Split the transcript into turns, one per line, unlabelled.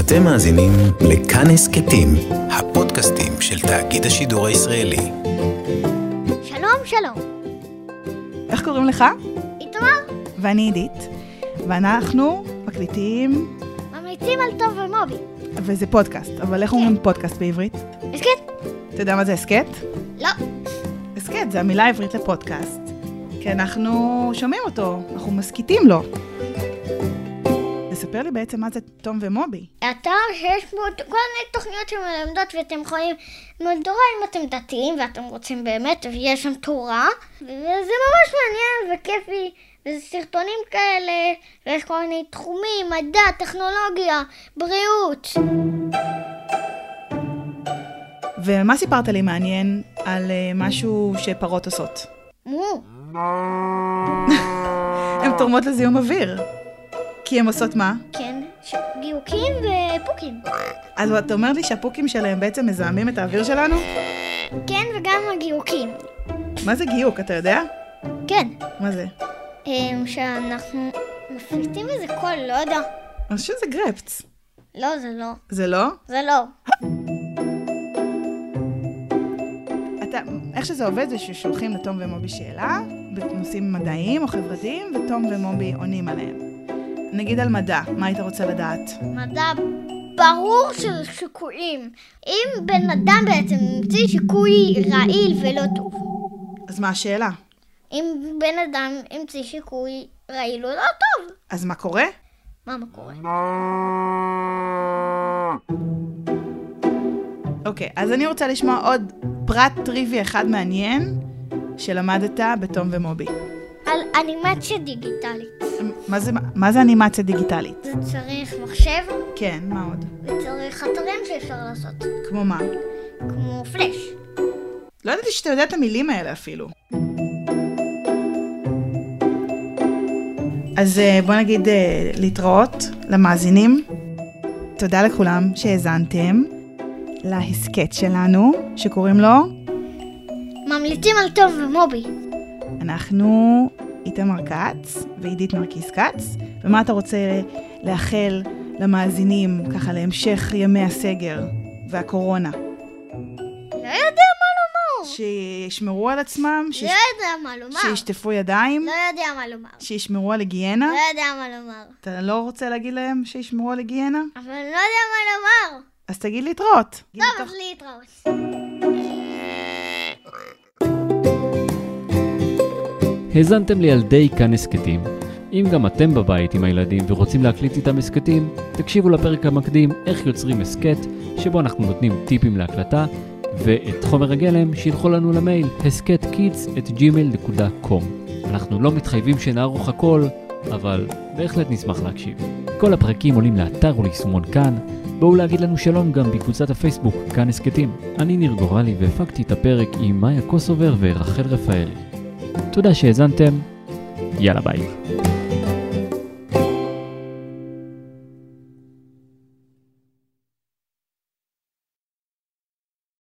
אתם מאזינים לכאן הסכתים, הפודקאסטים של תאגיד השידור הישראלי.
שלום, שלום.
איך קוראים לך?
איתמר,
ואני עידית, ואנחנו מקליטים,
ממליצים על טוב ומובי.
וזה פודקאסט, אבל איך אומרים פודקאסט בעברית?
אז כן?
אתה יודע מה זה הסכת?
לא.
הסכת זה המילה העברית לפודקאסט, כי אנחנו שומעים אותו, אנחנו מסכיתים לו. תספר לי בעצם מה זה תום ומובי.
אתר שיש בו כל מיני תוכניות שמלמדות ואתם יכולים ללמוד תורה אם אתם דתיים ואתם רוצים באמת, ויש שם תורה, וזה ממש מעניין וכיפי, וזה סרטונים כאלה, ויש כל מיני תחומים, מדע, טכנולוגיה, בריאות.
ומה סיפרת לי מעניין על אה, משהו שפרות עושות?
מו,
הן תורמות לזיהום אוויר. כי הן עושות מה?
כן, ש- גיוקים ופוקים.
אז אתה אומר לי שהפוקים שלהם בעצם מזהמים את האוויר שלנו?
כן, וגם הגיוקים.
מה זה גיוק, אתה יודע?
כן,
מה זה?
אמ, שאנחנו מפליטים איזה קול, לא יודע.
אני חושבת שזה גרפץ.
לא, זה לא.
זה לא?
זה לא.
אתה, איך שזה עובד זה ששולחים לתום ומובי שאלה בנושאים מדעיים או חברתיים, ותום ומובי עונים עליהם. נגיד על מדע, מה היית רוצה לדעת?
מדע ברור של שיקויים. אם בן אדם בעצם המציא שיקוי רעיל ולא טוב,
אז מה השאלה?
אם בן אדם המציא שיקוי רעיל הוא לא טוב,
אז מה קורה?
מה מה קורה?
אוקיי, אז אני רוצה לשמוע עוד פרט טריווי אחד מעניין שלמדת בתום ומובי.
על אנימציה דיגיטלית.
מה זה, מה זה אנימציה דיגיטלית?
זה צריך מחשב
כן, מה עוד?
וצריך אתרים שאפשר לעשות,
כמו מה?
כמו פלאש.
לא ידעתי שאתה יודע את המילים האלה אפילו. אז אה, בוא נגיד אה, להתראות למאזינים. תודה לכולם שהאזנתם להסכת שלנו, שקוראים לו
ממליצים על תום ומובי.
אנחנו איתמר כץ ועידית נרקיס כץ. ומה אתה רוצה לאחל למאזינים ככה להמשך ימי הסגר והקורונה?
לא יודע מה לומר.
שישמרו על עצמם, שיש-
לא יודע מה לומר.
שישטפו ידיים,
לא יודע מה לומר.
שישמרו על היגיינה.
לא יודע מה לומר.
אתה לא רוצה להגיד להם שישמרו על היגיינה?
אבל לא יודע מה לומר.
אז תגיד להתראות. תגיד
טוב,
מתוך-
אז להתראות.
האזנתם לילדי כאן הסכתים. אם גם אתם בבית עם הילדים ורוצים להקליט איתם הסכתים, תקשיבו לפרק המקדים איך יוצרים הסכת, שבו אנחנו נותנים טיפים להקלטה, ואת חומר הגלם שילחו לנו למייל הסכתkids@gmail.com. אנחנו לא מתחייבים שנערוך הכל, אבל בהחלט נשמח להקשיב. כל הפרקים עולים לאתר וליישומון כאן. בואו להגיד לנו שלום גם בקבוצת הפייסבוק, כאן הסכתים. אני ניר גורלי והפקתי את הפרק עם מאיה קוסובר ורחל רפאלי. תודה שהאזנתם, יאללה ביי.